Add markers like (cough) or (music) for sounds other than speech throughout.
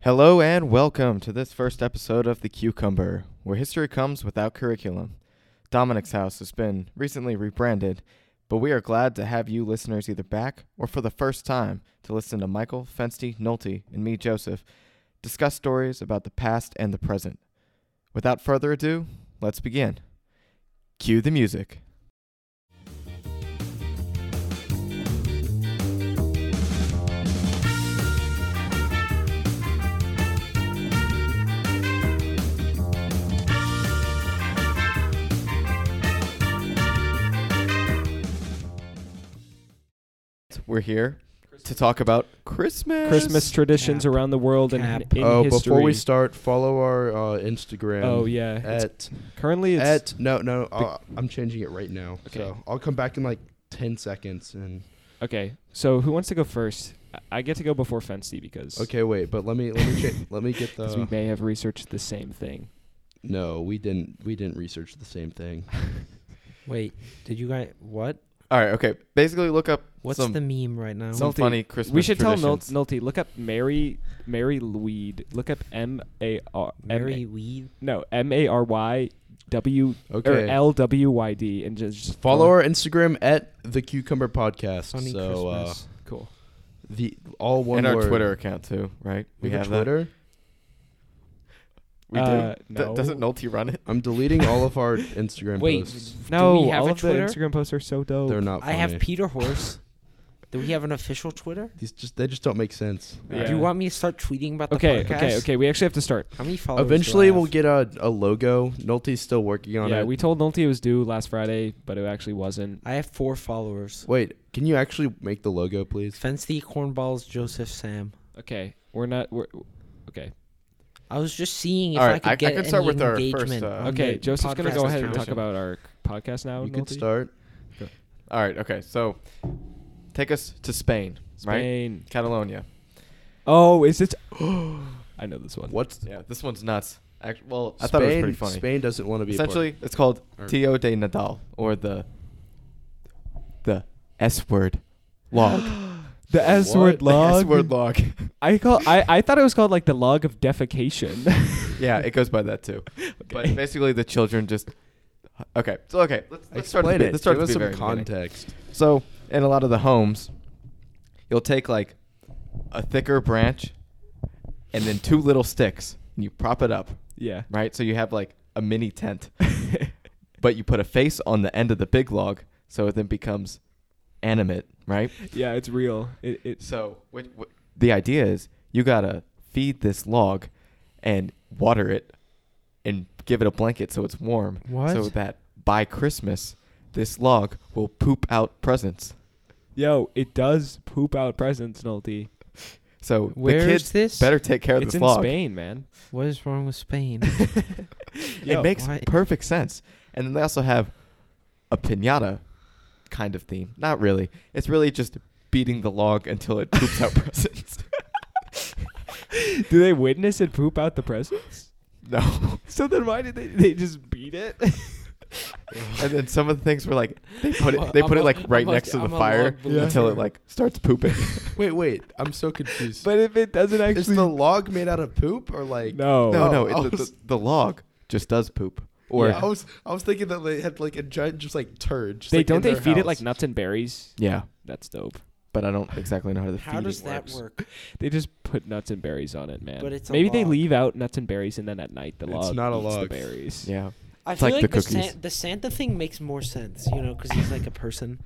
Hello and welcome to this first episode of The Cucumber, where history comes without curriculum. Dominic's house has been recently rebranded, but we are glad to have you listeners either back or for the first time to listen to Michael, Fensty, Nolte, and me, Joseph, discuss stories about the past and the present. Without further ado, let's begin. Cue the music. We're here to talk about Christmas. Christmas traditions Cap. around the world and Cap. in Oh, history. before we start, follow our uh, Instagram. oh yeah, It's- At currently it's at no no, uh, I'm changing it right now. Okay. So I'll come back in like ten seconds and okay. So who wants to go first? I- I get to go before Fency because okay uh, wait, but let me let me cha- let me (laughs) get 'cause we the may have researched the same thing. no we didn't we didn't research the (laughs) same thing. Wait, did you guys what? All right, okay. Basically, look up What's some, the meme right now? some Nolte, funny Christmas we should tell Nol- traditions. Nolte look up Mary Mary Weed. Look up M A R Mary Weed. no M A R Y W or Okay. L W Y D and just, just follow go- our Instagram at the Cucumber Podcast. Sunny so uh, Christmas. cool. the all one and our word. Twitter account too, right? We have a that. Twitter. We Uh, do. Th- no. doesn't Nolte run it? I'm deleting all of (laughs) our Instagram Wait, posts. No, do we have all a of the Twitter? Instagram posts are so dope. They're not. I Funny. have Peter Horse. do we have an official Twitter? These just they just don't make sense. Yeah. Do you want me to start tweeting about the okay, podcast? okay, okay. We actually have to start. How many followers? do I Eventually, have? we'll get a, a logo. Nolte's still working on yeah, it. we told Nolte it was due last Friday, but it actually wasn't. I have four followers. Wait, can you actually make the logo, please? Fence the cornballs, Joseph Sam. Okay, we're not. We're okay. I was just seeing if All I right, could I- I get can start any with our first, engagement. uh, on Okay, the Joseph's gonna podcast go ahead and account. talk about our podcast now. You could Nolte? start. All right. Okay. So, take us to Spain, right? Spain. Catalonia. Oh, is it? (gasps) I know this one. What's Yeah, this one's nuts. Act- well, I Spain, thought it was pretty funny. Spain doesn't want to be a part- Essentially, it's called Or- Tio de Nadal or the the S word log. (gasps) The S (laughs) word The log. S word (laughs) log. I call. I, I thought it was called like the log of defecation. (laughs) yeah, it goes by that too. But basically, the children just. Okay. So okay, let's, let's start. at Explain the- it. Let's start Give at us the some very beginning. context. So in a lot of the homes, you'll take like a thicker branch and then two little sticks and you prop it up, (laughs) yeah. (laughs) right? So you have like a mini (laughs) tent, but you put a face on the end of the big log so it then becomes animate, right? yeah, it's real. It, it's So what, what, the idea is you gotta feed this log and water it and give it a blanket so it's warm. So What? that by Christmas, this log will poop out presents. yo. It does poop out presents, Nolte. So Where the is kids this? better take care of It's this in log. Spain, man. What is wrong with Spain? Yo, it makes why- perfect sense. And then they also have a pinata kind of theme. Not really. It's really just beating the log until it poops out (laughs) presents. Do they witness it poop out the presents? No. (laughs) So then why did they they just beat (laughs) it? And then some of the things were like they put it they put I'm it a- like right I'm a- next to the I'm a fire log believer. until it like starts (laughs) pooping. Wait, wait. I'm so confused. but if it doesn't actually is the log made out of poop or like? Oh, No, no no, I it, the, was- the, the log just does poop. Or Or Yeah. I was I was thinking that they had like a giant just like turd. just, they like, in don't they their feed it house. like nuts and berries? yeah, That's dope. but I don't exactly know how the How feeding does that works. work? They just put nuts and berries on it, man. But it's a maybe they log. leave out nuts and berries, and then at night the It's log not a eats the log. berries. Yeah. I It's feel like like, the the, cookies. San- the Santa thing makes more sense, you know, because he's like a person.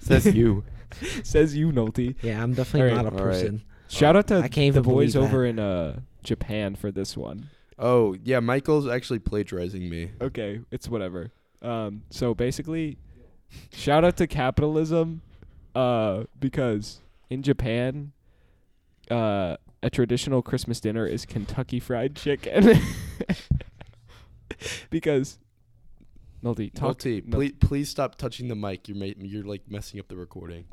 Says you. (laughs) Says you, Nolte. Yeah, I'm definitely All right, not a all right. person. Shout out to I can't the even believe boys that. over in uh, Japan for this one. Oh yeah, Michael's actually plagiarizing me. Okay, it's whatever. Um, so basically, shout out to capitalism, uh, because in Japan, uh, a traditional Christmas dinner is Kentucky Fried Chicken. (laughs) because, Nolte, talk. Nolte, Nolte. please, please stop touching the mic. You're ma- you're like messing up the (laughs) recording.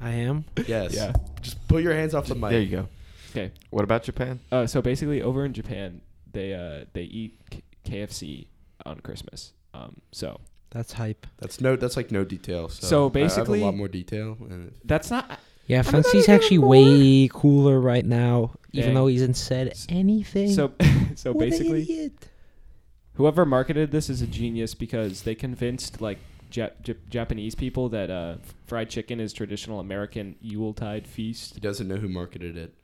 I am. Yes. Yeah. Just put your hands off the mic. There you go. Okay. What about Japan? Uh, so basically, over in Japan, they uh, they eat K- KFC on Christmas. Um, so That's hype. That's no. That's like no detail. So, So I- I have basically- a lot more detail. And that's not. Yeah, I'm not Fancy's even actually born. way cooler right now, even Dang. though he hasn't said S- anything. So (laughs) so What an basically, idiot. whoever marketed this is a genius because they convinced like ja- J- Japanese people that uh, fried chicken is traditional American Yuletide feast. He doesn't know who marketed it.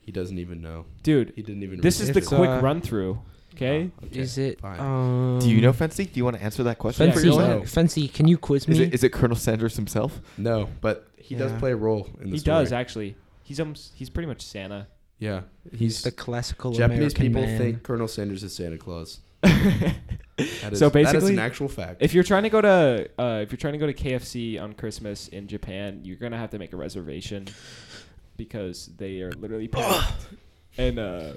He doesn't even know. Dude, He didn't even. this is the It's, quick uh, run through. Okay, Oh, okay. is it? fine. Um, Do you know Fancy? Do you want to answer that question Yeah, for Fancy? go ahead. yourself? Fancy, can you quiz me? Is it, is it Colonel Sanders himself? No, but he Yeah. does play a role in the he story. does actually. He's almost, he's pretty much (laughs) Santa. Yeah, He's he's the classical Japanese American people man. think Colonel Sanders is Santa Claus. That is, So that is basically, an actual fact. If you're trying to go to uh, if you're trying to go to KFC on Christmas in Japan, you're gonna have to make a reservation because they are literally packed. and uh,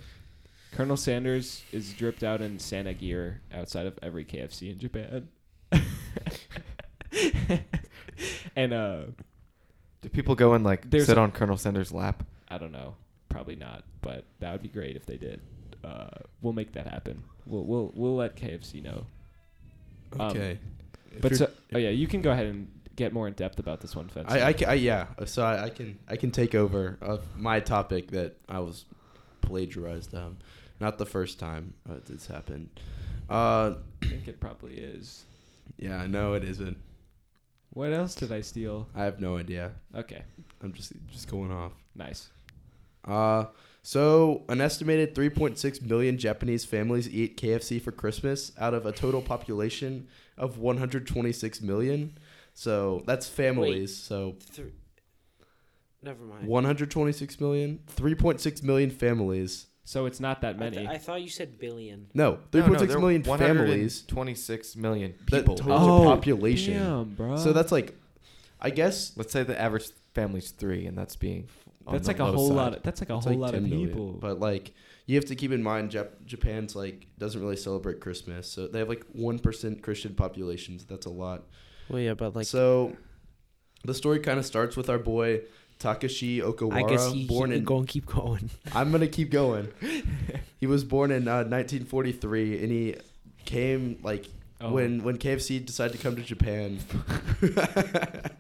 Colonel Sanders is dripped out in Santa gear outside of every KFC in Japan. (laughs) and uh, Do people go and like There's sit a- on Colonel Sanders' lap? I don't know, probably not, but that would be great if they did. Uh, we'll make that happen. We'll we'll we'll let KFC know. um, okay, If but you're- so, oh yeah, you can go ahead and get more in depth about this one, Fence. I, I, ca- I yeah. So I, I can I can take over of my topic that I was plagiarized. Um, not the first time uh, this happened. Uh, think it probably is. yeah, I know it isn't. What else did I steal? I have no idea. Okay, I'm just just going off. nice. Uh, so an estimated 3.6 million Japanese families eat KFC for Christmas out of a total population of 126 million. So that's families. So Th- Never mind. 126 million, 3.6 million families. So it's not that I, th- many. I thought you said billion. No, No, no, 3.6 they're million families. 126 million That people. total Oh, population. Damn, bro. So that's like, I guess Let's say the average family's three, and that's being on that's the like a low whole side. lot. Of, that's like a it's whole like lot of 10 million, people. But like, you have to keep in mind, Jap- Japan's like doesn't really celebrate Christmas, so they have like one percent Christian populations. That's a lot. Well, yeah, but like so the story kind of starts with our boy Takashi Okawara, I guess he, born he in can go and keep going. (laughs) I'm gonna (laughs) keep going. he was born in uh, 1943, and he came like Oh. when when KFC decided to come (laughs) to Japan. that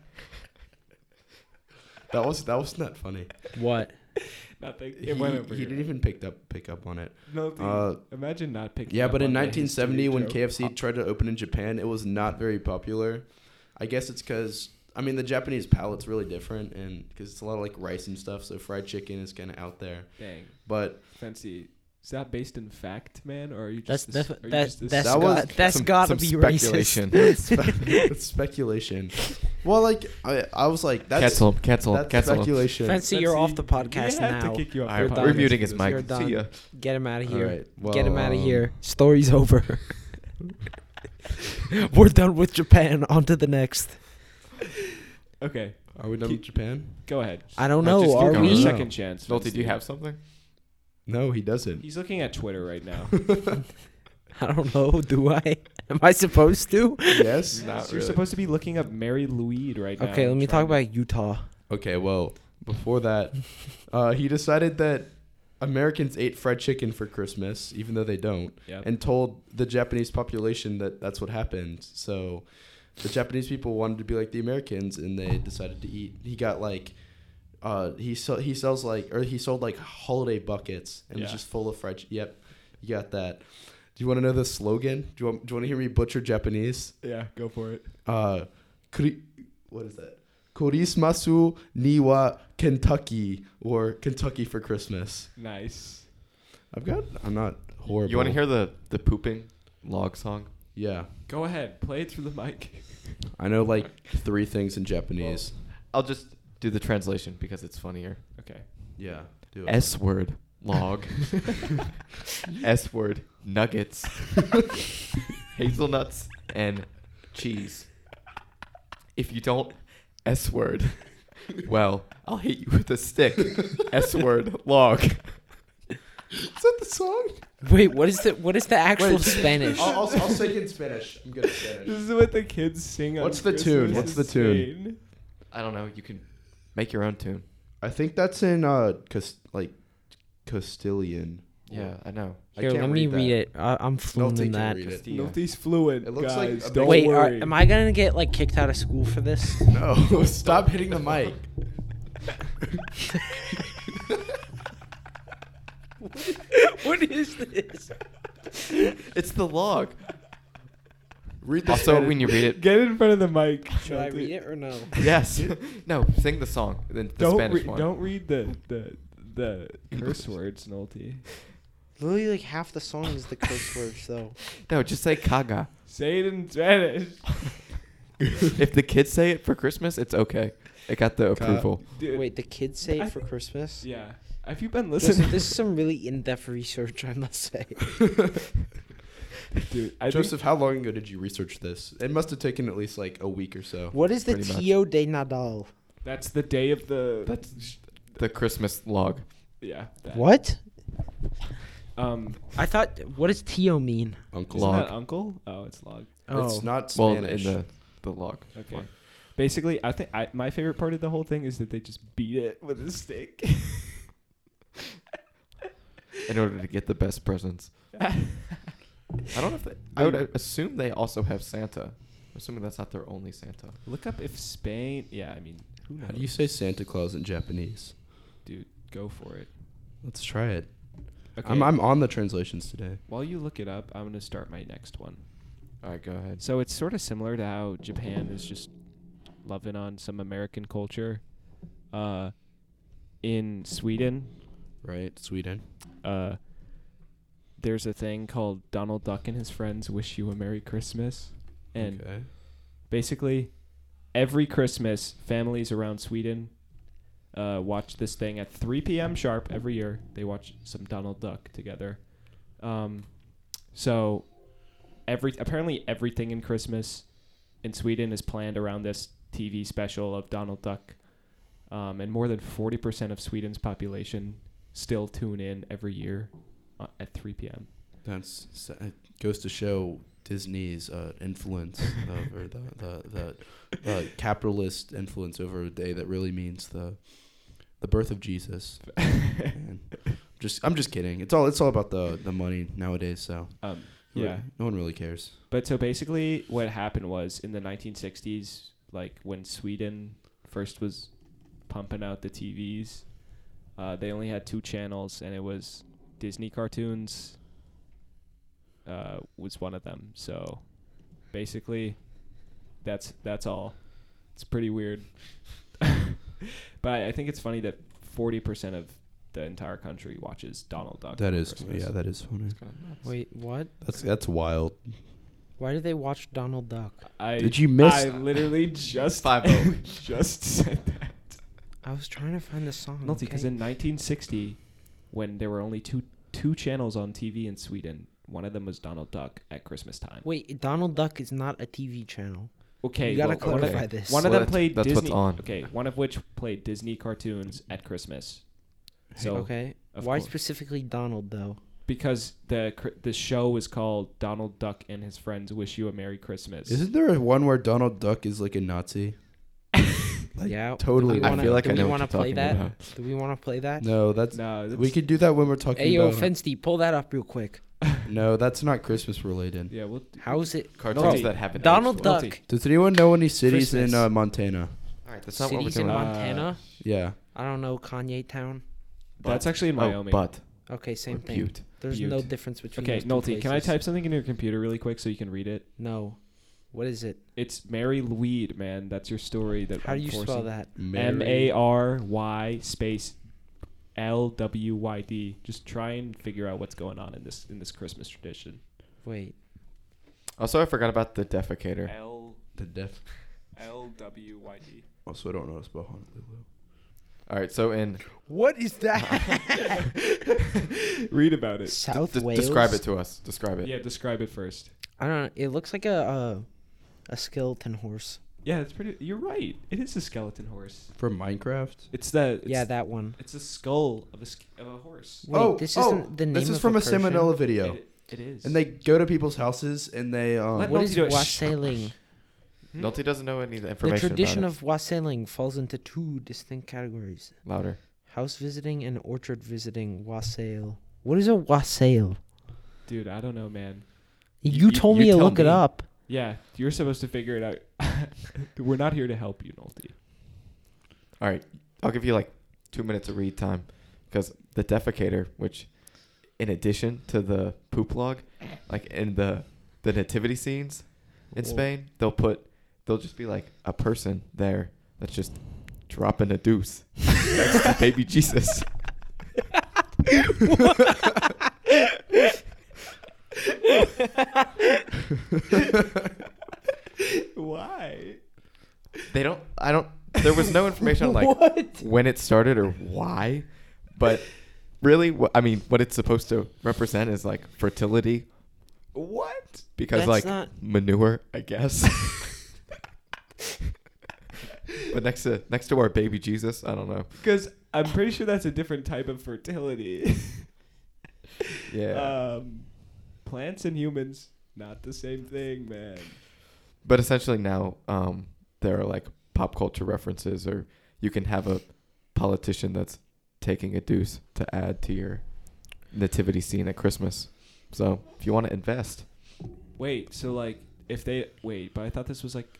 was that was not funny. What? (laughs) nothing. He, It went over. he here. didn't even pick up pick up on it. Nothing. Uh, Imagine not picking. Yeah, up but in on the 1970, history when joke. KFC tried to open in Japan, it was not very popular. I guess it's because I mean the Japanese palate's really different, and because it's a lot of like rice and stuff, so fried chicken is kind of out there. Dang, But (laughs) (laughs) fancy. Is that based in fact, man, or are you That's just? that's ass- are you that's just ass- that's That was got that's some- got to some be speculation. racist. it's, spe- it's speculation. Well, like I, I was like that's cancel him, cancel him, that's cancel him. speculation. Fancy, you're off the Fancy, we podcast have to now. kick you off All right, the You're podcast done. we're muting for his this. Mike. You're mic. done. See ya. (laughs) Get him out of All here. right, well, Get him out of um, here. Story's over. We're done with Japan. On to the next. Okay, Are we done with Japan? go ahead. I don't No, know. just keep Are going. we? Second chance. Nolte, do you Fancy. have something? No, (laughs) he doesn't. He's looking at Twitter right now. I don't know. (laughs) Do I? Am I supposed to? yes. Not You're really. supposed to be looking up Mary Louise right now. Okay, let me talk trying to- about Utah. Okay, well, before that, uh, he decided that Americans ate fried chicken for Christmas, even though they don't, Yep. and told the Japanese population that that's what happened. So the Japanese people wanted to be like the Americans, and they decided to eat. He got like. Uh, he so, he sells like or he sold like holiday buckets and it was Yeah. just full of fried. Ch- yep, you got that. Do you want to know the slogan? Do you want, do you want to hear me butcher Japanese? Yeah, go for it. uh, Kri- what is that? Korismasu Niwa Kentucky or Kentucky for Christmas. Nice. I've got. I'm not horrible. You want to hear the the pooping log song? Yeah, Go ahead. Play it through the mic. I know like three things in Japanese. I'll just do the translation because it's funnier. Okay. yeah. Do it. S word (laughs) log. S word (laughs) nuggets. Hazelnuts and cheese. If you don't S word, well, I'll hit you with a (laughs) stick. S word log. Is that the song? (laughs) Wait, what is the what is the actual Wait. Spanish? I'll, I'll, I'll sing in Spanish. I'm good at Spanish. This is what the kids sing. What's on the Christmas. tune? What's the tune? Insane. I don't know. You can make your own tune. I think that's in uh, Cas- like Castilian. Yeah, I know. I Here, can't let me that. read it. I, I'm fluent Nolte in can that. read it. Yeah. Nolte's fluent. It looks like guys. a Don't Wait, are, worry. (laughs) (laughs) am I gonna get like kicked out of school for this? No, stop hitting the mic. what is this? It's the log. Read the Also, Spanish- when you read it, Get in front of the mic. Should I Shelton. read it (laughs) or no? (laughs) yes, no, sing the song, then the Don't Spanish re- one. don't read the the the curse words, Nolte. Literally, like half the song is the curse words, though. No, just say caga. Say it in Spanish. if the kids say it for Christmas, it's okay. It got the Ca- approval. Dude, Wait, the kids say I- it for (laughs) Christmas? Yeah. Have you been Listen, listening? this is some really in-depth research, I must say. (laughs) Dude, I Joseph, how long ago did you research this? It must have taken at least like a week or so. What is the Pretty much. Tio de Nadal? think that's the day of the. That's the Christmas log. yeah. that. What? Um. I thought. What does Tio mean? Uncle. Isn't Log. that uncle? Oh, it's log. Oh, It's not Well, in Spanish. the the log. Okay. Basically, I think I, my favorite part of the whole thing is that they just beat it with a stick. (laughs) in order to get the best presents. I don't know if they, I would assume they also have Santa. I'm assuming that's not their only Santa. Look up if Spain. Yeah, I mean, who knows? How do you say Santa Claus in Japanese? Dude, go for it. Let's try it. Okay. I'm, I'm on the translations today. While you look it up, I'm gonna start my next one. All right, go ahead. So it's sort of similar to how Japan is just loving on some American culture. Uh, in Sweden, Right, Sweden. uh, there's a thing called Donald Duck and his friends wish you a Merry Christmas, and okay. basically every Christmas, families around Sweden uh, watch this thing at 3 p.m. sharp every year. They watch some Donald Duck together. Um, so every apparently everything in Christmas in Sweden is planned around this TV special of Donald Duck, um, and more than 40% of Sweden's population still tune in every year uh, at 3 p.m. That's so- it goes to show Disney's uh, (laughs) influence over the the, the uh, capitalist influence over a day that really means the the birth (laughs) of Jesus. Man. Just I'm just kidding. It's all it's all about the the money nowadays. So Um, who re- yeah. no one really cares. But so basically, what happened was in the 1960s, like when Sweden first was pumping out the TVs, uh, they only had two channels, and it was Disney cartoons. Uh, was one of them. So basically, that's that's all. It's pretty weird, (laughs) but I think it's funny that 40% of the entire country watches Donald Duck. That for is Christmas. yeah, that is funny. wait, what? That's that's wild. Why do they watch Donald Duck? I, Did you miss- oh. I literally (laughs) just (laughs) 5-0. just said that. I was trying to find the song. Nolte, because okay? in 1960, when there were only two two channels on TV in Sweden, one of them was Donald Duck at Christmas time. Wait, Donald Duck is not a TV channel. Okay, you gotta well, one of- clarify okay. this. One of Well, them that's- played that's what's Disney. on. Okay, one of which played Disney cartoons at Christmas. So okay, of why course. specifically Donald though? because the cr- the show is called Donald Duck and His Friends Wish You a Merry Christmas. Isn't there a one where Donald Duck is like a Nazi? Like, yeah, totally. Do we I wanna, feel like do I we know what wanna you're play talking that? about. Do we want to play that? No, that's No, that's, we could do that when we're talking Hey yo, about. Fensty, pull that up real quick. no, that's not Christmas related. Yeah, we'll do- How is it? Cartoons Nolte. that happen. Donald Duck, Nolte. Does anyone know any cities Christmas. in uh, Montana? All right, that's not what we're cities in doing. about. Montana. Yeah. I don't know Kanye Town. that's actually in Wyoming. Oh, but Okay, same or thing. Butte. There's no Butte. difference between. okay, those two Nolte, can I places. type something in your computer really quick so you can read it? No. What is it? It's Mary Weed, man. That's your story. That How I'm do you forcing- spell that? M A R Y space L W Y D. Just try and figure out what's going on in this in this Christmas tradition. Wait. Also, Oh, I forgot about the defecator. L The deaf. L W Y D. Also, I don't know how to spell Honolulu. All right, so (laughs) in What is (laughs) that? Read about it. South d- Wales. describe it to us. Describe it. Yeah, describe it first. I don't know. It looks like a uh, a skeleton horse. Yeah, it's pretty. You're right. It is a skeleton horse. (laughs) From Minecraft? It's the it's, yeah, that one. It's a skull of a sk- of a horse. Wait, this isn't the name Oh, This is of from a a, person? Seminole video. It, it is. And they go to people's houses and they. Let Um, What Nolte is do it. wassailing? Hmm? Nolte Hmm? doesn't know any of the the information. tradition about of wassailing falls into two distinct categories: it. louder. house visiting and orchard visiting. Wassail. What is a wassail? Dude, I don't know, man. You, you- told you me to tell look it me. up. Yeah, you're supposed to figure (laughs) it out. We're not here to help you, Nolte. All right, I'll give you like two minutes of read time because the defecator, which in addition to the poop log, like in the the nativity scenes in Whoa. Spain, they'll put they'll just be like a person there that's just dropping a deuce next to baby (laughs) Jesus. Why? They don't. I don't. There was no information (laughs) on like when it started or why, but really, wh- I mean, what it's supposed to represent is like fertility What? because That's like not- manure, I guess. but next to next to our baby Jesus, I don't know. Because I'm pretty sure that's a different type of fertility. (laughs) Yeah, Uh. Um, plants and humans, not the same thing, man. but essentially now um, there are like pop culture references, or you can have a politician that's taking a deuce to add to your nativity scene at Christmas. So if you want to invest, Wait, so like if they wait, but I thought this was like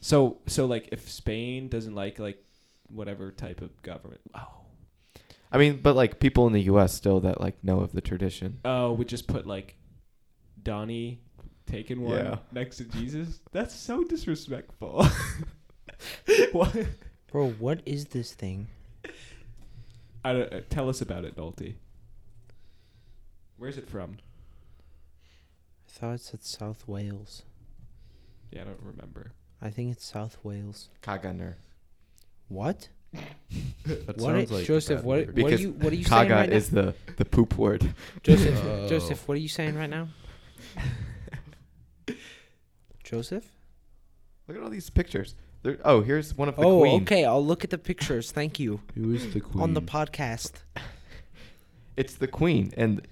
so so like if Spain doesn't like like whatever type of government. Oh. I mean, but like people in the U.S. still that like know of the tradition. Oh, we just put like Donnie taking one Yeah. next to Jesus. (laughs) That's so (laughs) disrespectful. what? Bro, what is this thing? I don't, uh, tell us about it, Nolte. Where's it from? I thought it said South Wales. Yeah, I don't remember. I think it's South Wales. Kaganer. What? That What sounds i- like Joseph, bad what- word. Because are you- what are you saying Kaga right now? is the the poop word. Joseph, Oh. Joseph, what are you saying right now? (laughs) Joseph? Look at all these pictures. There, oh, here's one of the oh, queen. okay. I'll look at the pictures. Thank you. Who is (laughs) the queen? On the podcast. It's the queen, and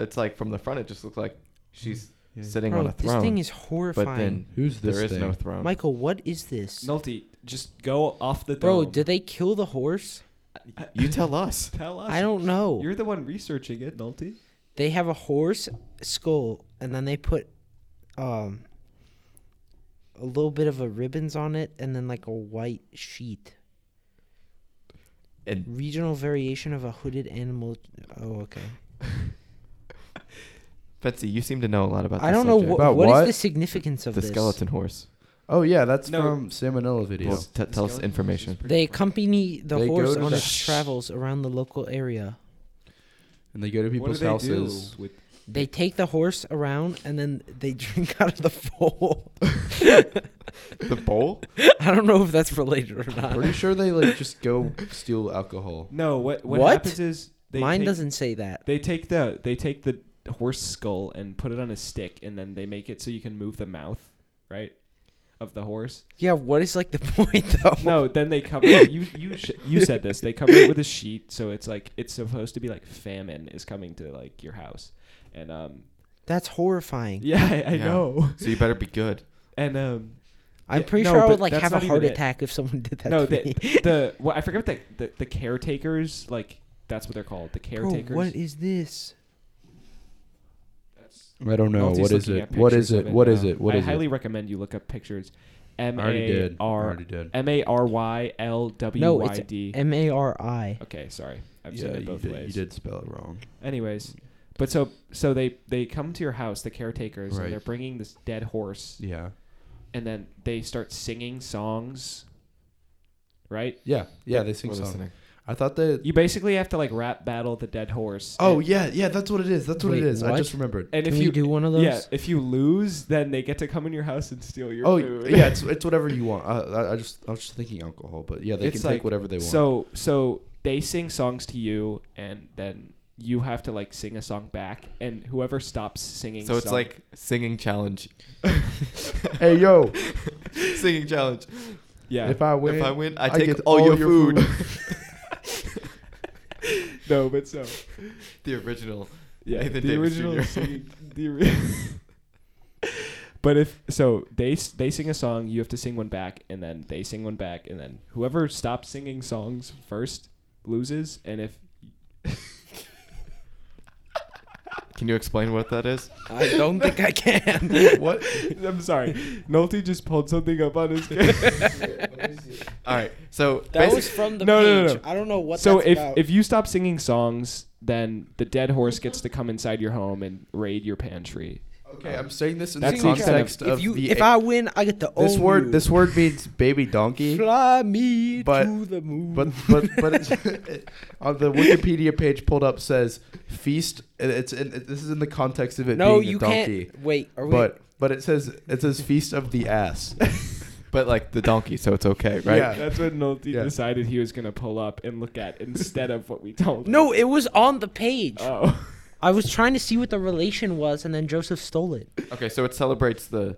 it's like from the front, it just looks like she's Yeah. sitting Bro, on a throne. this thing is but then um, horrifying. Who's this there is thing? no throne. Michael, what is this? Nolte, just go off the Bro, dome. did they kill the horse? (laughs) you tell us. (laughs) tell us? I don't know. You're the one researching it, Nolte. They have a horse skull, and then they put um a little bit of a ribbons on it, and then like a white sheet. And Regional variation of a hooded animal. Oh, okay. Betsy, you seem to know a lot about. I this don't know subject. what, About what what? is the significance of the this. skeleton horse. Oh yeah, that's No. from Salmonella video. Well, t- tell us information. They accompany the They go horse to on the- its travels around the local area. and they go to What do people's they houses. do with They take the horse around and then they (laughs) drink out of the (laughs) bowl. the bowl. (laughs) I don't know if that's related or not. (laughs) Pretty sure they like just go steal alcohol. No, what what, What? happens is they Mine take, doesn't say that. They take the they take the horse skull and put it on a stick, and then they make it so you can move the mouth, right, of the horse. Yeah, what is like the (laughs) point though? No, (laughs) then they cover it. You you sh- you said this. They cover it with a sheet, so it's like it's supposed to be like famine is coming to like your house, and um That's horrifying. yeah I, I Yeah. know, So you better be good. and um I'm Yeah, pretty no, sure I but would like that's have a not even heart it. attack if someone did that. no to the (laughs) me. the well, I forget what the, the the caretakers like that's what they're called the Bro, caretakers. what is this? I don't know. Maltese What is looking it? at What is pictures it? of What is now. it? What I is highly it? recommend you look up pictures. M I already A did. I R already did. M A R Y L W No, Y it's D. M A R I. Okay, sorry, I've Yeah, seen you it both did- ways. you did spell it wrong. Anyways, but so so they they come to your house, the caretakers, Right. and they're bringing this dead horse, Yeah. and then they start singing songs. Right, Yeah. Yeah. They (laughs) sing We're songs. listening. I thought that. you basically have to like rap battle the dead horse. Oh and, yeah, yeah. That's what it is. That's what Wait, it is. what? I just remembered. and Can if we you do one of those? yeah, if you lose, then they get to come in your house and steal your Oh food. yeah, it's it's whatever you want. I, I, I just I was just thinking alcohol, but yeah, they It's can take like- whatever (laughs) they want. So so they sing songs to you, and then you have to like sing a song back, and whoever stops singing. So it's song- like singing challenge. (laughs) hey yo, (laughs) singing challenge. yeah, if I win, if I win, I I take get all, all your, your food. (laughs) no, but so the original. yeah, Nathan the Davis original Jr.. singing the. ori- But if so, they s- they sing a song, you have to sing one back, and then they sing one back, and then whoever stops singing songs first loses. And if (laughs) Can you explain what that is? I don't think (laughs) (laughs) I can. What? I'm sorry. Nolte just pulled something up on his. (laughs) All right. So That basi- was from the No, no, page. no, no. I don't know what. so that's if about. if you stop singing songs, then the dead horse gets to come inside your home and raid your pantry. (laughs) Okay, I'm saying this in That's the the extent of- context of if you the if I win, I get the oh, this own word you. this word means baby (laughs) donkey. fly me but- to the moon. But but (laughs) but it's, (laughs) on the Wikipedia page pulled up says feast. and It's in, this is in the context of it no, being you a donkey. can't. Wait, are we? But but it says it says feast of the (laughs) ass. but like the donkey, so it's okay, right? Yeah. That's what Nolte Yeah. decided he was gonna pull up and look at instead of what we told. him. no, it was on the page. Oh. (laughs) I was trying to see what the relation was, and then Joseph stole it. Okay, so it celebrates the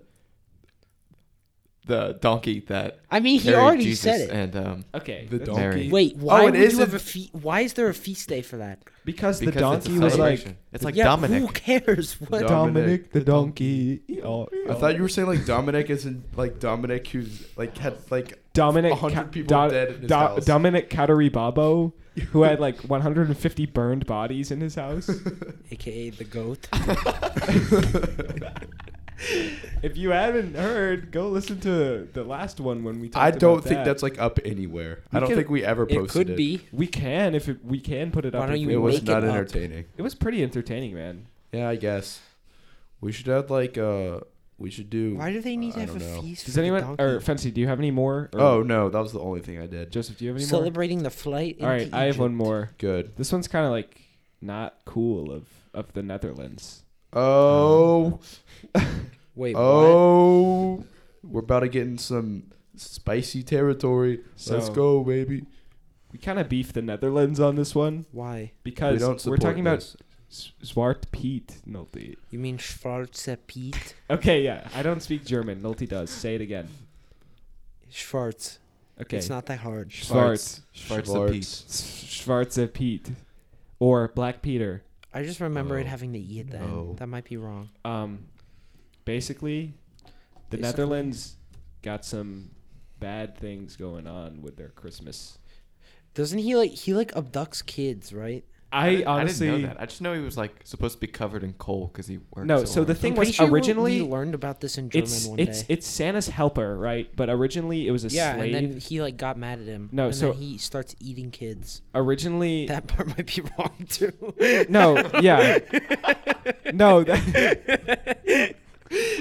the donkey that I mean, he carried already Jesus said it. And um, Okay. The that's- donkey. Mary. Wait, Oh, why it would is you have in- a fe- Why is there a feast day for that? Because the because it's a donkey was like celebration. it's like yeah, Dominic. Who cares? (laughs) What? Dom- Dominic Dominic the donkey. Oh, I thought you were saying like Dominic isn't like Dominic who's like had like Dominic 100 Ca- people Do- dead in his Do- house. (laughs) Dominic Kataribabo, who had like 150 burned bodies in his house. AKA the goat. if you haven't heard, go listen to the last one when we talked I don't about think that. that's like up anywhere. We I don't could- think we ever posted it it. could be. we can if it, we can put it Why up. don't if you we It want. was Make it not up. entertaining. It was pretty entertaining, man. Yeah, I guess. We should have like uh we should do Why do they need I to have a don't know. feast? Does for the anyone donkey? or Fancy? Do you have any more? Or- Oh no, that was the only thing I did. Joseph, do you have any more? celebrating the flight? All right, into I have one Egypt. more. Good. This one's kind of like not cool of of the Netherlands. Oh, Wait, what? oh, we're about to get in some spicy territory. Let's So- go, baby. We kind of beef the Netherlands on this one Why? because we don't we're support talking about this. S- Zwart Piet Nolte. You mean Schwarze Piet? Okay, yeah. I don't speak German. Nolte does. Say it again. Schwarz. Okay. It's not that hard. Schwarz. Schwarz the Schwarz. S- Schwarze Piet. Or Black Peter. I just remember it Oh. having the E at the Oh. end. That might be wrong. Um, basically, the Basically. Netherlands got some bad things going on with their Christmas. Doesn't he like he like abducts kids, right? I, didn't- honestly. I didn't know that. I just know he was like supposed to be covered in coal because he worked. No, so, so the hard. thing I'm was pretty sure we- originally we learned about this in German it's one it's day. it's Santa's helper, right? But originally it was a yeah, slave. and then he like got mad at him. No, and so- then he starts eating kids. originally, (laughs) That part might be wrong too. no, (laughs) yeah, no. That, (laughs)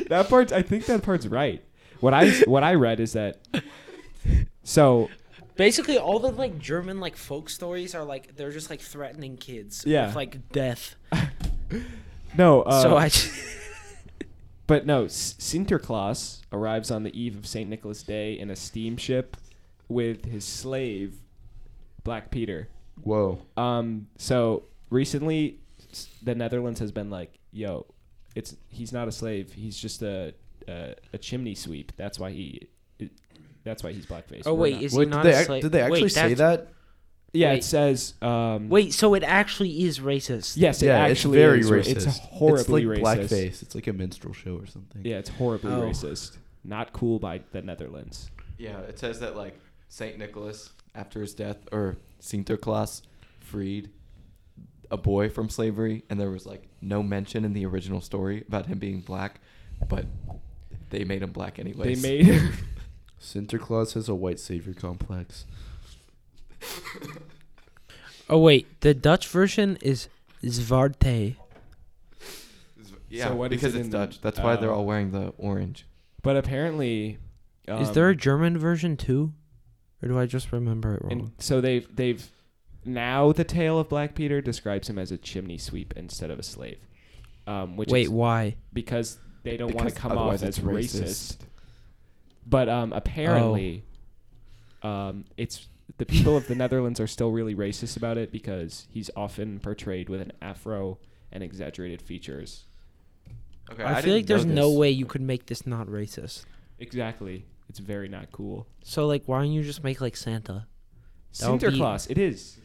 that part, I think that part's right. What I what I read is that. So Basically, all the like German like folk stories are like they're just like threatening kids Yeah. with like death. no, uh, so I just, (laughs) but no, S- Sinterklaas arrives on the eve of Saint Nicholas Day in a steamship with his slave, Black Peter. Whoa. Um, so recently, s- the Netherlands has been like, "Yo, it's he's not a slave. He's just a a, a chimney sweep. That's why he, it, that's why he's blackface." oh We're wait, not- is Wait, he did, not? they a ac- slave? did they actually Wait, say that's- that? yeah, it wait. says. Um, Wait, so it actually is racist. yes, it yeah, actually it's very is. racist. It's horribly it's like racist. blackface. It's like a minstrel show or something. Yeah, it's horribly Oh. racist. Not cool by the Netherlands. Yeah, it says that like Saint Nicholas, after his death, or Sinterklaas, freed a boy from slavery, and there was like no mention in the original story about him being black, but they made him black anyways. They made. Sinterklaas has a white savior complex. Oh wait, the Dutch version is Zwarte. yeah, So what is because it it's in- Dutch. That's why they're oh. all wearing the orange. (laughs) but apparently, um, is there a German version too? Or do I just remember it And wrong? so they've they've now the tale of Black Peter describes him as a chimney sweep instead of a slave, um, which Wait, is why? because they don't want to Because come off otherwise as it's racist. racist. But um, apparently, Oh. um, it's the people of the Netherlands are still really racist about it because he's often portrayed with an afro and exaggerated features. Okay, I, feel like there's no way you could make this not racist. Exactly, it's very not cool. So like, why don't you just make like Santa? That would be- Oh. Sinterklaas, it is.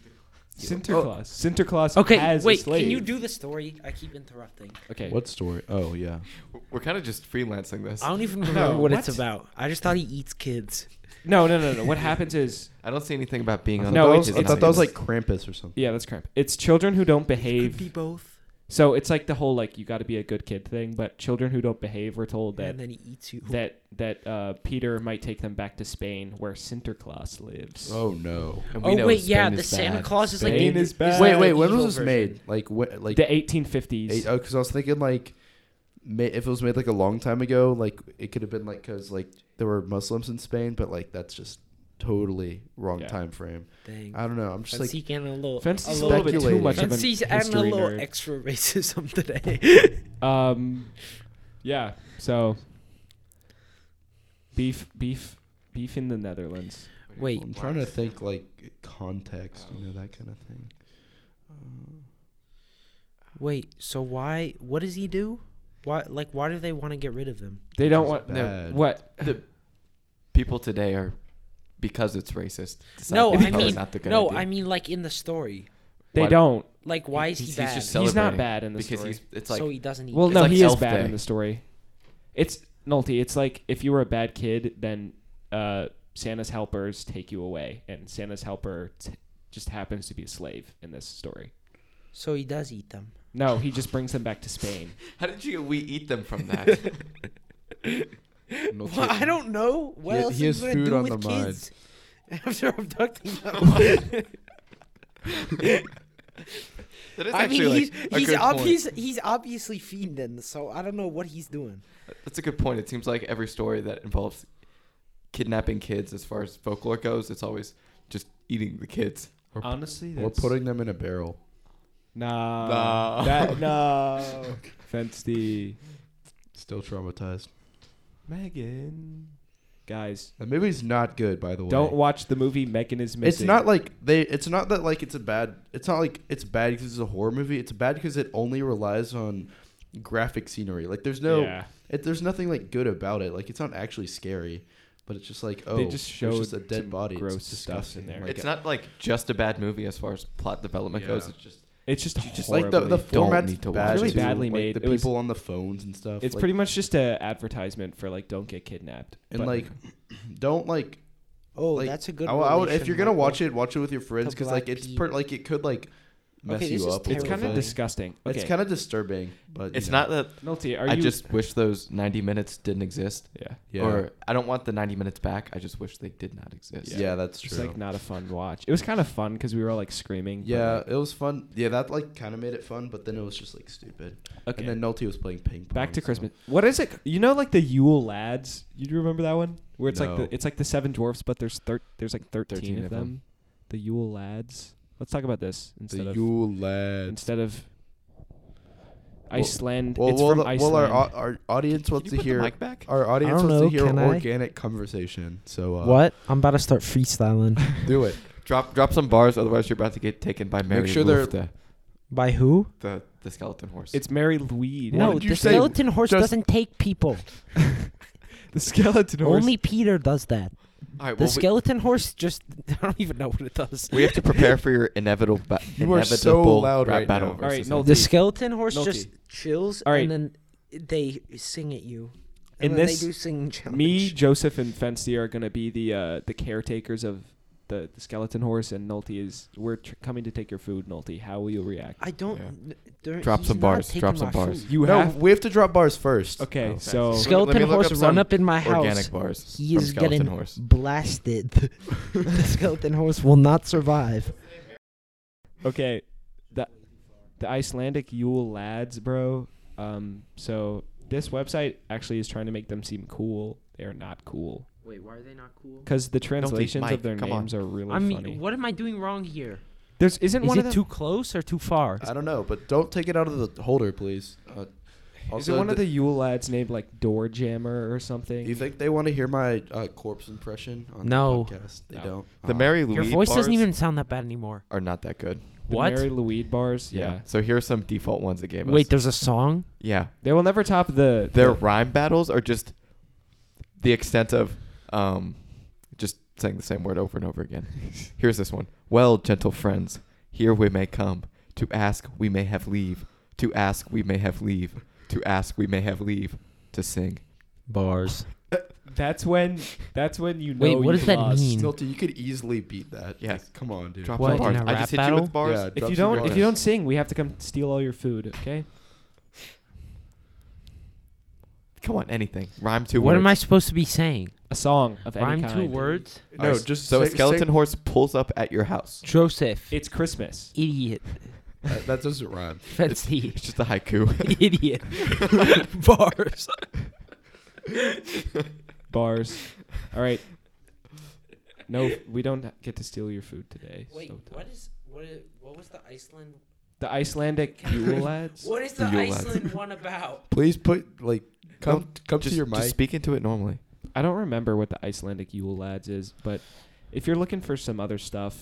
Sinterklaas. Sinterklaas Okay, has a wait. slave. Can you do the story? I keep interrupting. Okay. What story? Oh yeah. We're kind of just freelancing this. I (laughs) don't even remember what, it's what? about. I just thought he eats kids. No, no, no, no. What happens is I don't see anything about being I on thought the No, that it's- was, I it's- thought that was like Krampus or something. Yeah, that's crap. It's children who don't It could be behave. both. So it's like the whole like you got to be a good kid thing, but children who don't behave were told that and then he eats you. that that uh, Peter might take them back to Spain where Sinterklaas lives. Oh no. And we oh know wait, Spain yeah, is the Santa bad. Claus is like Spain the- is bad. Wait, the wait. When evil was version. this made? Like what? Like the 1850s. Eight, oh, because I was thinking like, ma- if it was made like a long time ago, like it could have been like because like there were Muslims in Spain, but like that's just totally wrong Yeah. time frame. Dang. I don't know. I'm just Fancy like getting a little. Fancy's a a little bit too speculating. much of an Fancy's adding a history little nerd. extra (laughs) racism today. Um, yeah. So beef, beef, beef in the Netherlands. wait, I'm trying to think like context, you know that kind of thing. wait. So why? What does he do? Why? Like, why do they want to get rid of him? They don't want no, Bad. what The people today are because it's racist. decide No, that it's I probably mean, not the good no, idea. I mean like in the story. they Why- don't. Like, why is he He's- bad? he's just He's not celebrating bad in the because story. he's it's like so he doesn't eat. well, it's no, like he is Elf bad Day. in the story. It's Nolte. It's like if you were a bad kid, then uh, Santa's helpers take you away, and Santa's helper t- just happens to be a slave in this story. so he does eat them. No, he just brings them back (laughs) to Spain. How did you we eat them from that? No Well, I kidding. don't know. What He- else he are you has gonna food do on with the mind. kids (laughs) after abducting (laughs) them? that is I mean, actually he's like a he's, good ob- point. he's he's obviously feeding them, so I don't know what he's doing. That's a good point. It seems like every story that involves kidnapping kids, as far as folklore goes, it's always just eating the kids. Honestly, We're putting them in a barrel. nah, Nah. (laughs) that no. Fenty, Still traumatized. Megan, guys, The movie's not good, by the way. Don't watch the movie Megan is missing. It's not like they. It's not that like it's a bad. It's not like it's bad because it's a horror movie. It's bad because it only relies on graphic scenery. Like there's no. Yeah. It, there's nothing like good about it. Like it's not actually scary, but it's just like oh, They just there's showed just a some dead body. gross it's stuff in disgusting. there. Like, uh, it's not like just a bad movie as far as plot development Yeah. goes. It's just It's just Just like the horribly- the don't format's need to watch bad. it. Really too. badly Like, made. The It was- people on the phones and stuff. It's like, pretty much just a advertisement for like don't get kidnapped. and But like (clears throat) don't like Oh, like, that's a good. I, would- I would, if relation, you're gonna Michael. watch it, watch it with your friends To because like Black it's Pete. per, like it could like mess Okay, this you is up. a it's little kind of bit. disgusting. Okay. It's kind of disturbing, but you it's know. not that Nolte, are I you just wish those 90 minutes didn't exist. Yeah. Yeah. Or I don't want the 90 minutes back. I just wish they did not exist. yeah. that's It's true. like not a fun watch. It was kind of fun cuz we were all like screaming. but, yeah, like- it was fun. Yeah, that like kind of made it fun, but then it was just like stupid. Okay. And then Nolte was playing ping pong. Back to so- Christmas. What is it? You know like the Yule Lads? You remember that one? Where it's like No. the it's like the seven dwarfs but there's thir- there's like 13, 13 of of them. them. The Yule Lads. Let's talk about this instead The of Yule lads. instead of Well- Iceland. Well, it's well, from the- Iceland. well, our au- our audience wants Can to you put hear the mic back? our I audience don't wants to know, hear can I? organic conversation. So uh, What? I'm about to start (laughs) freestyling. Do it. Drop drop some bars, otherwise you're about to get taken by Mary sure they're- Lou, the, By who? the the skeleton horse. It's Mary Louise. no, did you the say? skeleton horse Just- doesn't take (laughs) people. (laughs) the skeleton horse. Only Peter does that. All right, The well, we- skeleton horse (laughs) just—I don't even know what it does. (laughs) we, have to prepare for your inevitable ba- You are so inevitable loud rap right battle. now. All right, versus no, him. The Nolte. skeleton horse Nolte. just chills, All right. and then they sing at you. In And then this, they do sing challenge. Me, Joseph, and Fancy are gonna be the uh, the caretakers of the, the skeleton horse, and Nolte is we're tr- coming to take your food. Nolte, how will you react? I don't. Yeah. kn- there- Drop he's some not bars, taking drop some my bars. food. you no, have we have to drop bars (laughs) first. okay. Oh, so Fancy. Skeleton Let me look horse up run some up in my house. Organic bars. He from is skeleton getting horse. blasted. (laughs) the skeleton horse will not survive. okay, the the Icelandic Yule lads, bro. Um, so this website actually is trying to make them seem cool. They are not cool Wait, why are they not cool? because the translations Mike, of their come on. names are really I mean, funny. what am I doing wrong here? There's isn't Is one it of too them, close or too far? I don't know, but don't take it out of the holder, please. Uh, is it also, one of the th- Yule lads named like Door Jammer or something? Do you think they want to hear my uh, corpse impression on No. the podcast? They No. don't. The Uh, Mary Louise Your voice bars doesn't even sound that bad anymore. are not that good. The What? Mary Louise bars? Yeah. So here are some default ones they gave us. Wait, there's a song? yeah. They will never top the. Their the- rhyme battles are just the extent of um, just saying the same word over and over (laughs) again. Here's this one. Well, gentle friends, here we may come to ask we may have leave, to ask we may have leave, to ask we may have leave to sing. Bars. That's when. That's when you know. Wait, what you've does that lost. mean? Tilty, you could easily beat that. Yeah. Like, Come on, dude. Drop What, some in bars. a I rap just hit you battle? with bars. Yeah, If drop you some don't, if bars. you don't sing, we have to come steal all your food. Okay. Come on, anything. Rhyme two what words. am I supposed to be saying? A song of any Rhyme kind. two words. No, Alright, just so a say- say- skeleton horse pulls up at your (laughs) house. Joseph, It's Christmas. (laughs) idiot, That, that doesn't rhyme. fancy, (laughs) It's just a haiku. (laughs) (laughs) idiot, bars. Bars. all right. No, we don't get to steal your food today. Wait, so what is what is what was the Iceland? the (laughs) Icelandic (laughs) Yule lads. What is the Yule lads. Iceland one about? Please put like (laughs) come come just, to your mic. just speak into it normally. I don't remember what the Icelandic Yule lads is, but if you're looking for some other stuff,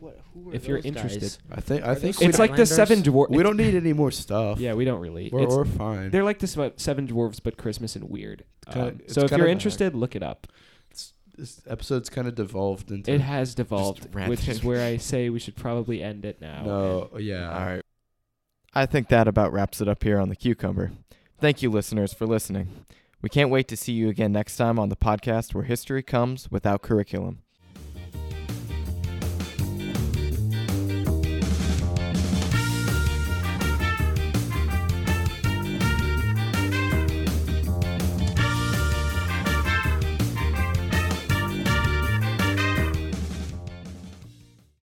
What, who were if you're those interested, guys? I think I Are think those we, it's like the Skylanders? seven dwarfs. we don't need any more stuff. Yeah, we don't really. we're, It's- we're fine. they're like this about seven dwarves, but Christmas and weird. kinda- Um, it's so if kinda you're back. interested, look it up. This episode's kind of devolved into It has devolved, which is ranting. where I say we should probably end it now. no. Yeah. All right. I think that about wraps it up here on The Cucumber. Thank you, listeners, for listening. We can't wait to see you again next time on the podcast where history comes without curriculum.